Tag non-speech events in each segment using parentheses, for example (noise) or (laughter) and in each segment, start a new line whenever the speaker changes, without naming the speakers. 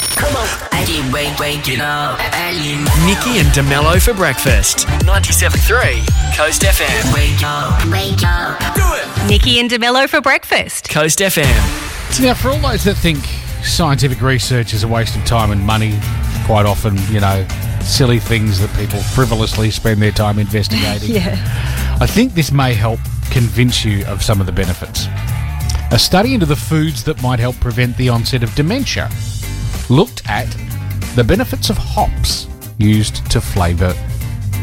I keep wake, waking up early.
Nikki and DeMello for breakfast. 97.3 Coast FM.
Wake up, wake up.
Nikki and DeMello for breakfast.
Coast FM.
So now, for all those that think scientific research is a waste of time and money, quite often, you know, silly things that people frivolously spend their time investigating. I think this may help convince you of some of the benefits. A study into the foods that might help prevent the onset of dementia looked at the benefits of hops used to flavour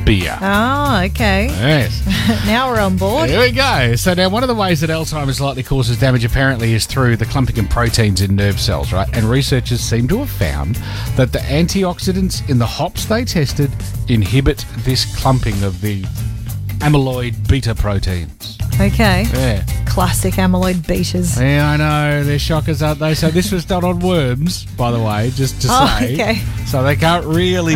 beer.
Oh, okay.
Yes.
Now we're on board.
Here we go. So now, one of the ways that Alzheimer's likely causes damage apparently is through the clumping of proteins in nerve cells, right? And researchers seem to have found that the antioxidants in the hops they tested inhibit this clumping of the amyloid beta proteins.
Okay.
Yeah.
Classic amyloid beaters.
Yeah, I know. They're shockers, aren't they? So this was done on worms, by the way, just to
(laughs) Oh,
say.
okay.
So they can't really,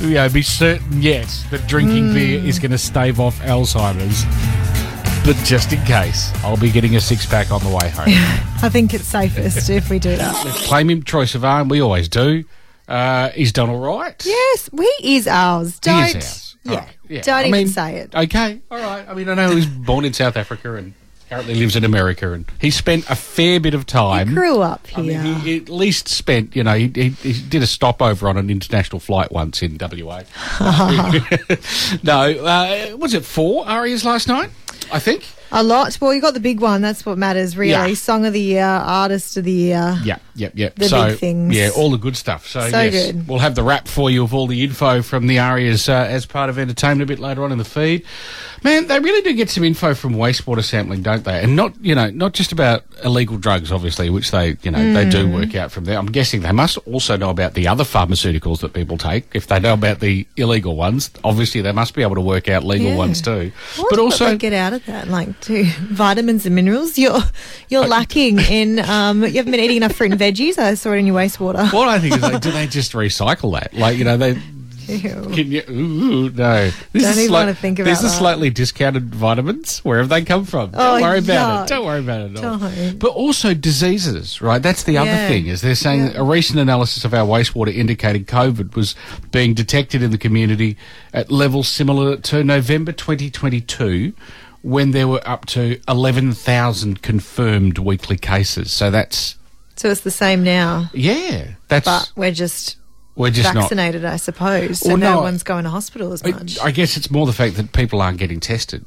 you know, be certain yet that drinking
Mm.
beer is going to stave off Alzheimer's. But just in case, I'll be getting a six pack on the way home.
I think it's safest if we do that.
(laughs) Claim him, Troy Sivan. We always do. Uh, he's done all right.
Yes, we is ours.
He
Don't.
is ours. All
Yeah.
right. Yeah.
Don't
I
even
mean,
say it.
Okay, all right. I mean, I know he was born in South Africa and currently lives in America, and he spent a fair bit of time.
Grew up here.
I mean, he at least spent, you know, he, he, he did a stopover on an international flight once in WA. (laughs) no, uh, was it four arias last night? I think.
A lot. Well, you got the big one. That's what matters, really.
Yeah.
Song of the year, artist of the year.
Yeah, yep, yep.
The
so,
big things.
Yeah, all the good stuff. So,
So
yes,
good.
we'll have the wrap for you of all the info from the arias uh, as part of entertainment a bit later on in the feed. Man, they really do get some info from wastewater sampling, don't they? And not, you know, not just about illegal drugs, obviously, which they, you know, they
Mm.
do work out from there. I'm guessing they must also know about the other pharmaceuticals that people take. If they know about the illegal ones, obviously they must be able to work out legal
Yeah.
ones too.
I wonder
but
what
also,
they get out of that, like too, (laughs) vitamins and minerals. You're you're lacking in. Um, you haven't been eating enough fruit and veggies. I saw it in your wastewater.
what I think is, like, do they just recycle that? Like, you know, they.
Ew.
Can you? Ooh, no.
Don't
This is
even
slight-
wanna think
These
about
are
that.
slightly discounted vitamins. Where have they come from? Don't
Oh,
worry about
yuck.
it. Don't worry about it at all.
Don't.
But also diseases, right? That's the other
Yeah.
thing. Is they're saying that a recent analysis of our wastewater indicated COVID was being detected in the community at levels similar to November 2022. When there were up to 11,000 confirmed weekly cases. So that's,
So it's the same now,
yeah, that's,
but we're just
we're just not.
vaccinated, I suppose. So
Well,
no,
no,
one's going to hospital as
I-
much.
I guess it's more the fact that people aren't getting tested.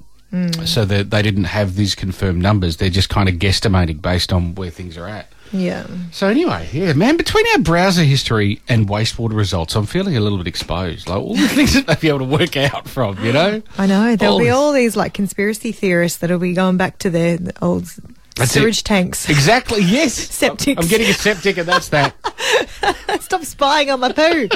So that they didn't have these confirmed numbers. They're just kind of guesstimating based on where things are at.
yeah.
So anyway, yeah, man, between our browser history and wastewater results, I'm feeling a little bit exposed. Like all the (laughs) things that they'd be able to work out from, you know?
I know. There'll be
this-
all these like conspiracy theorists that'll be going back to their old
That's it.
sewage tanks. (laughs)
Exactly, yes.
Septics.
I'm getting a septic and that's that.
(laughs) Stop spying on my
(laughs)
poo.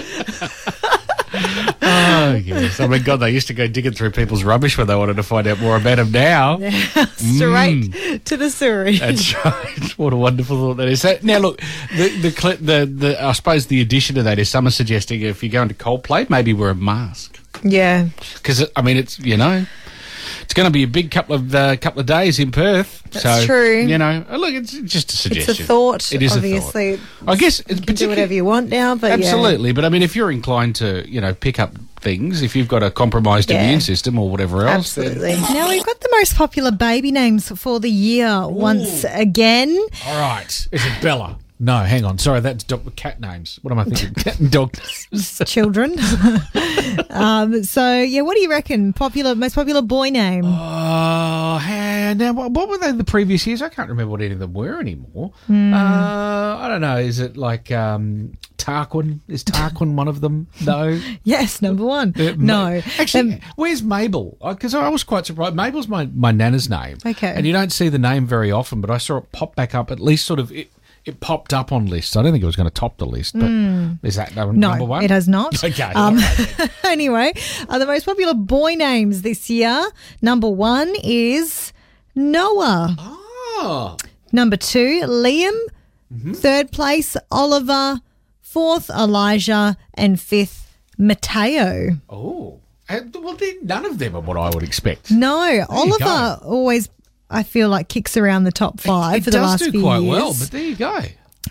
oh, yes. I mean, God, they used to go digging through people's rubbish when they wanted to find out more about them now.
Straight to the
(laughs)
sewage.
Mm. That's right. What a wonderful thought that is. So, now, look, the the, cl- the the I suppose the addition to that is some are suggesting if you're going to Coldplay, maybe wear a mask
(laughs) yeah.
because I mean it's you know it's going to be a big couple of uh, couple of days in Perth.
That's
so,
true.
You know, uh, look, it's just a
It's
suggestion.
a thought.
It is
obviously.
a thought. I guess it's
You can do whatever you want now, but
Absolutely, but I mean, if you're inclined to, you know, pick up things, if you've got a compromised
Yeah.
immune system or whatever
yeah,
else, then-
absolutely. Now we've got the most popular baby names for the year once again.
All right, is it Bella? No, hang on. Sorry, that's dog, cat names. What am I (laughs) thinking? cat and dog. (laughs)
Children. um, so yeah, what do you reckon? Popular, most popular boy name.
Oh, and now what, what were they the previous years? I can't remember what any of them were anymore.
Hmm.
Uh, I don't know. Is it like um, Tarquin? Is Tarquin one of them?
(laughs)
No. Uh,
Yes, number one. no,
Actually,
Um,
where's Mabel? Because I was quite surprised. Mabel's my, my nana's name.
Okay.
And you don't see the name very often, but I saw it pop back up, at least sort of. It, it popped up on lists. I don't think it was going to top the list, but is that no-
Hmm. no,
number one?
it has not.
(laughs) Okay.
Um,
all right.
(laughs) anyway, uh, the most popular boy names this year. Number one is Noah.
Oh.
Number two, Liam.
Mm-hmm.
Third place, Oliver. Fourth, Elijah. And fifth, Matteo.
Oh. And, well, then none of them are what I would expect.
No, Oliver
go.
always, I feel like, kicks around the top five
it
for the
does
last
do
few
quite
years.
well, but there you go.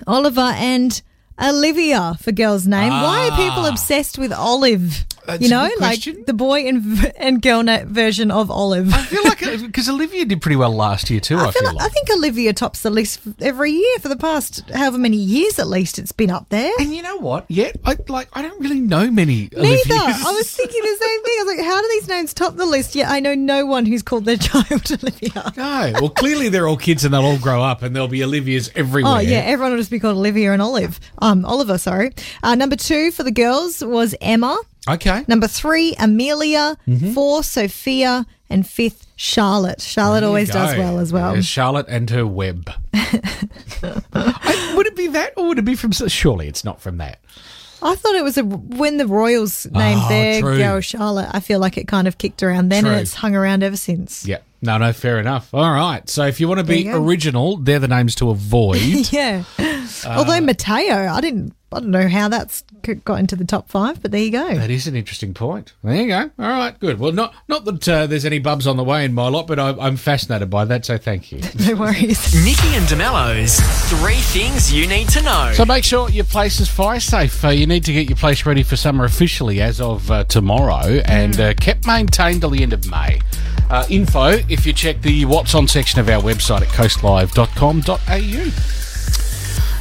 Oliver and Olivia for girl's name. Why are people
Ah.
obsessed with Olive?
That's
you
a
know,
good
like
question.
the boy and and girl na- version of Olive.
I feel like
(laughs)
because Olivia did pretty well last year too. I,
I, feel like, I
like.
think Olivia tops the list every year for the past however many years at least it's been up there.
And you know what? Yeah, I like. I don't really know many.
Neither.
Olivias.
I
(laughs)
was thinking the same thing. I was like, how do these names top the list? Yet I know no one who's called their (laughs) child Olivia.
No. Well, clearly they're all kids and they'll all grow up and there'll be Olivias everywhere.
Oh yeah, everyone will just be called Olivia and Olive. Um, Oliver, sorry. Uh, number two for the girls was Emma.
Okay.
Number three, Amelia.
Mm-hmm.
Four, Sophia, and fifth, Charlotte. Charlotte
There you
always does
go.
well as well.
There's Charlotte and
(laughs)
her web. I- would it be that, or would it be from? Surely it's not from that.
I thought it was a, when the Royals named
Oh,
their
true.
girl Charlotte. I feel like it kind of kicked around then,
True.
and it's hung around ever since.
Yeah. No, no, fair enough. All right. So if you want to be
There you go.
original, they're the names to avoid.
(laughs) Yeah.
Uh,
Although Mateo, I didn't. I don't know how that's c- got into the top five, but there you go.
that is an interesting point. There you go. All right, good. Well, not not that uh, there's any bubs on the way in my lot, but I, I'm fascinated by that, so thank you.
(laughs) No worries.
Nikki and DeMello's three things you need to know.
(laughs) So make sure your place is fire safe. Uh, you need to get your place ready for summer officially as of uh, tomorrow and uh, kept maintained till the end of May. Uh, info if you check the What's On section of our website at coastlive.com.au.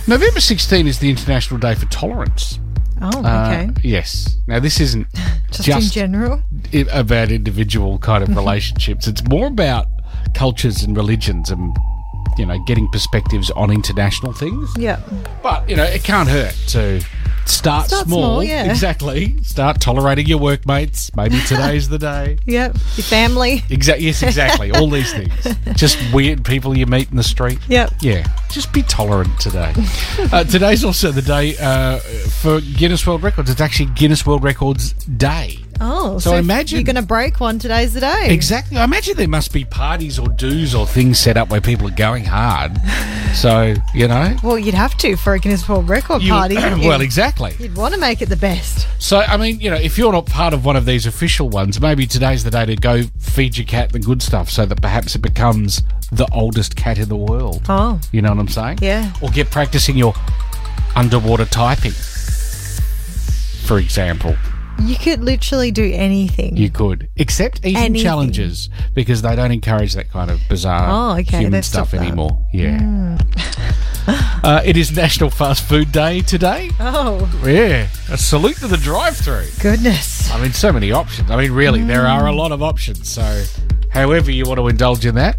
November 16 is the International Day for Tolerance.
Oh,
Uh,
okay.
Yes. Now, this (laughs) isn't
Just, in general.
i- about individual kind of relationships. It's more about cultures and religions and, you know, getting perspectives on international things.
Yeah.
But you know, it can't hurt to start,
Start
small.
small, yeah.
Exactly. Start tolerating your workmates. Maybe today's the day.
Yep. Your family.
Exactly. Yes, exactly. All these things. Just weird people you meet in the street.
Yep.
Yeah. Just be tolerant today. uh, today's also the day uh, for Guinness World Records. It's actually Guinness World Records Day.
Oh,
So
if
imagine-
you're going to break one. Today's the day.
Exactly. I imagine there must be parties or do's or things set up where people are going hard. So, you know.
Well, you'd have to for a Guinness World Record
you-
party. wouldn't you?
(coughs) well, exactly.
you'd want to make it the best.
So, I mean, you know, if you're not part of one of these official ones, maybe today's the day to go feed your cat the good stuff so that perhaps it becomes the oldest cat in the world.
Oh.
You know what I'm saying?
Yeah.
Or get practicing your underwater typing, for example.
You could literally do anything.
You could, except eating
Anything.
challenges because they don't encourage that kind of bizarre
Oh, okay,
human
they've stopped
stuff
that. Hmm.
anymore. Yeah. (laughs) uh, it is National Fast Food Day today.
oh,
Yeah. A salute to the drive-through.
goodness.
I mean, so many options. I mean, really, there are a lot of options. So, however you want to indulge
(laughs)
in that,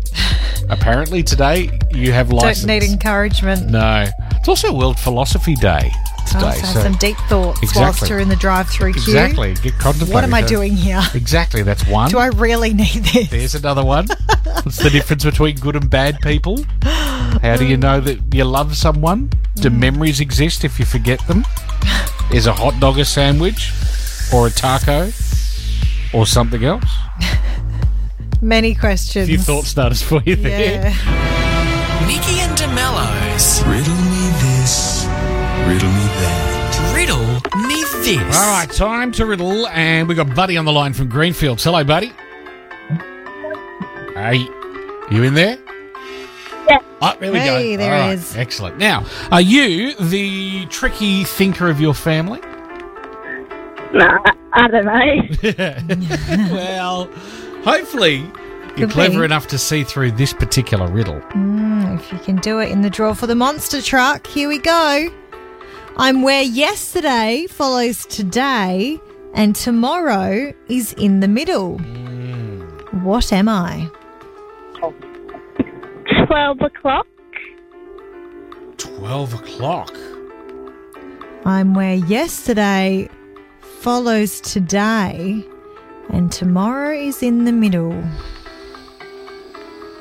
apparently today you have license.
Don't need encouragement.
no, it's also World Philosophy Day
Oh,
today.
so
so
some deep thoughts
Exactly.
whilst you're in the drive-through queue.
exactly, get contemplating.
What am I
So-
doing here? (laughs)
Exactly, that's one.
Do I really need this?
There's another (laughs) one. What's the difference between good and bad people? How do you know that you love someone? Do memories exist if you forget them? Is a hot dog a sandwich, or a taco, or something else?
Many questions.
few thought starters for you there. (laughs)
Yeah.
Nikki and DeMello's
Riddle me this, riddle me that.
riddle me this.
All right, time to riddle, and we've got Buddy on the line from Greenfields. Hello, Buddy. Hey, you in there?
Yeah.
Oh, there we
Hey,
go.
there
All
he
right,
is.
Excellent. Now, are you the tricky thinker of your family?
Nah, I don't know. (laughs)
well, hopefully you're
Could
clever
be.
enough to see through this particular riddle.
If you can do it in the draw for the monster truck, here we go. I'm where yesterday follows today, and tomorrow is in the middle.
Mm.
What am I?
12 o'clock.
12 o'clock.
I'm where yesterday follows today, and tomorrow is in the middle.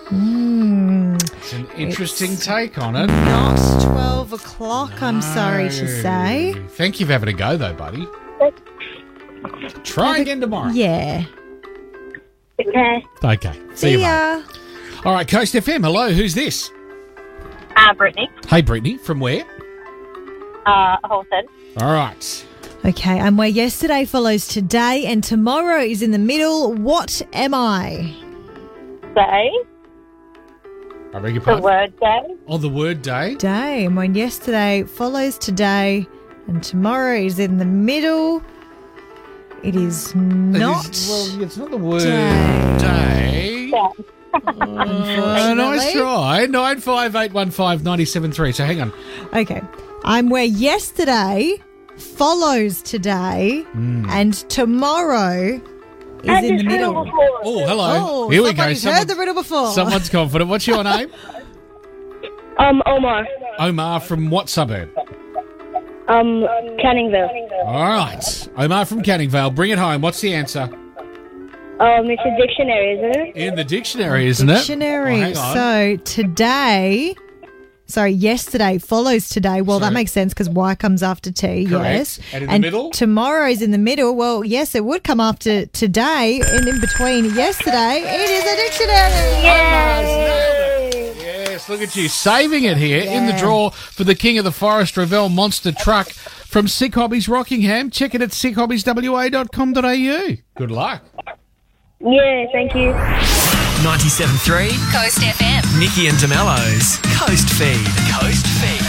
Hmm.
It's an interesting take on it.
Not 12 o'clock, I'm sorry to
No.
say.
Thank you for having a go, though, buddy. Try again tomorrow.
Yeah.
Okay.
Okay. See,
See,
you, mate.
ya.
All right, Coast FM. Hello, who's this?
Uh, Brittany,
Hey, Brittany. From where?
uh, Holton.
All right.
Okay, and where yesterday follows today and tomorrow is in the middle, what am I?
Day.
I beg your
The
pardon?
word day.
On the word day?
Day. And when yesterday follows today and tomorrow is in the middle, it is
It is-
not.
well, it's not the word
day.
day.
Yeah.
Uh, nice
Unfortunately.
try. 95815973. So hang on.
Okay. I'm where yesterday follows today
Hmm.
and tomorrow is
And
in the
it's
middle.
riddled with
Oh, hello.
Oh,
Here we go.
somebody's heard
Someone-
the riddle before.
someone's confident. What's
(laughs)
your name?
Um, Omar.
Omar from what suburb?
Um, Canningville.
All right. Omar from Canningvale. Bring it home. What's the answer?
Um, it's a dictionary, isn't it?
In the dictionary, isn't it?
Dictionary.
Oh, hang
so
on.
today, sorry, yesterday follows today. Well,
So-
that makes sense because Y comes after T.
Correct.
Yes.
And in the middle?
Tomorrow is in the middle. Well, yes, it would come after today, and in between yesterday, it is a dictionary.
Yes, look at you saving it here in the draw for the King of the Forest Revell Monster Truck from Sick Hobbies Rockingham. Check it at sickhobbieswa.com.au. Good luck.
Yeah, thank you.
97.3
Coast FM.
Nikki and DeMello's Coast Feed. Coast Feed.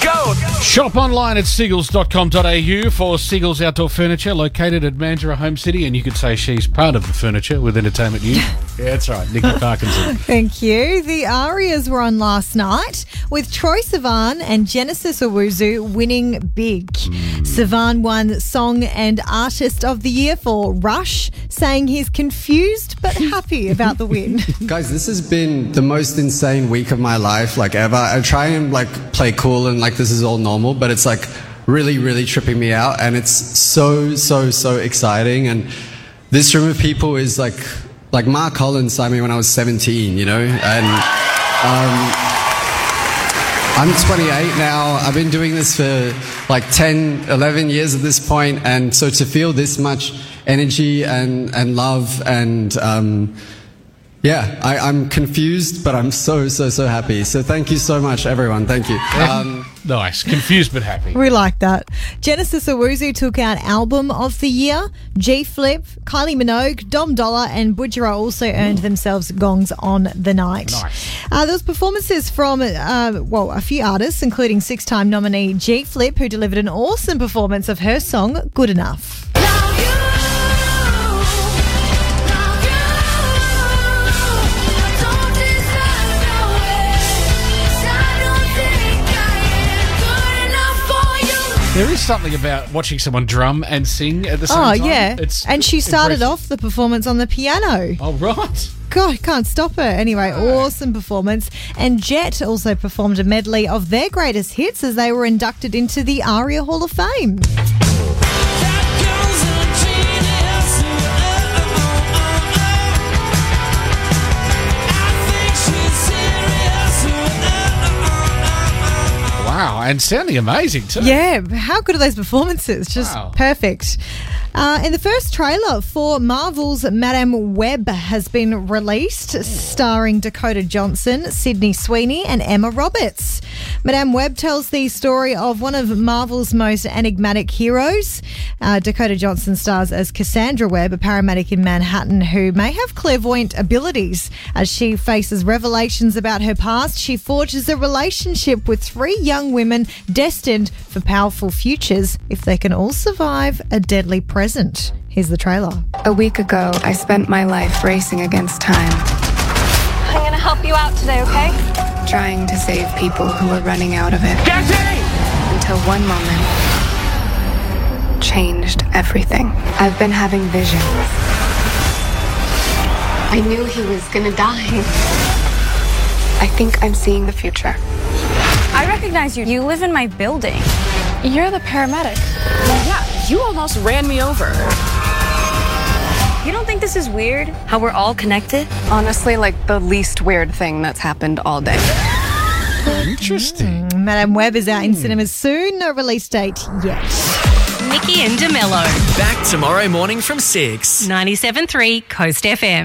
Go!
Shop online at seagulls.com.au for Seagulls Outdoor Furniture located at Mandurah Home City. And you could say she's part of the furniture with Entertainment
(laughs)
News. yeah, that's right. Nikki Parkinson.
Thank you. The Arias were on last night with Troy Sivan and Genesis Owuzu winning big.
Hmm.
Sivan won Song and Artist of the Year for Rush, saying he's confused but happy about the
(laughs)
win.
Guys, this has been the most insane week of my life, like ever. I try and like play cool and like this is all normal, but it's like really, really tripping me out. And it's so, so, so exciting. And this room of people is like, like Mark Collins signed me when I was 17, you know? And. I'm 28 now. I've been doing this for like 10, 11 years at this point, and so to feel this much energy and and love and um, yeah, I, I'm confused, but I'm so so so happy. So thank you so much, everyone. Thank you. Um,
(laughs) nice. Confused but happy.
we like that. Genesis Owuzu took out Album of the Year. G Flip, Kylie Minogue, Dom Dollar, and Bujira also earned themselves gongs on the night.
Nice.
Uh, there was performances from, uh, well, a few artists, including six-time nominee G Flip, who delivered an awesome performance of her song "Good Enough."
There is something about watching someone drum and sing at the same
Oh
time.
yeah,
It's
and she started
impressive.
off the performance on the piano.
Oh right.
God, can't stop her. Anyway, awesome performance. And Jet also performed a medley of their greatest hits as they were inducted into the ARIA Hall of Fame.
Wow, and sounding amazing too.
Yeah, how good are those performances? Just
Wow.
perfect. Uh, and the first trailer for Marvel's Madame Web has been released, starring Dakota Johnson, Sydney Sweeney, and Emma Roberts. Madame Web tells the story of one of Marvel's most enigmatic heroes. Uh, Dakota Johnson stars as Cassandra Webb, a paramedic in Manhattan who may have clairvoyant abilities. As she faces revelations about her past, she forges a relationship with three young women destined for powerful futures if they can all survive a deadly present. Here's the trailer.
A week ago, I spent my life racing against time,
I'm gonna help you out today, okay?
trying to save people who were running out of it. Until one moment changed everything. I've been having visions. I knew he was gonna die. I think I'm seeing the future.
I recognize you. You live in my building.
You're the paramedic.
Yeah, you almost ran me over. You don't think this is weird? How we're all connected?
Honestly, like the least weird thing that's happened all day.
Interesting.
Madame Web is out in cinemas soon, no release date yet.
Nikki and DeMello.
Back tomorrow morning from 6.
97.3 Coast FM.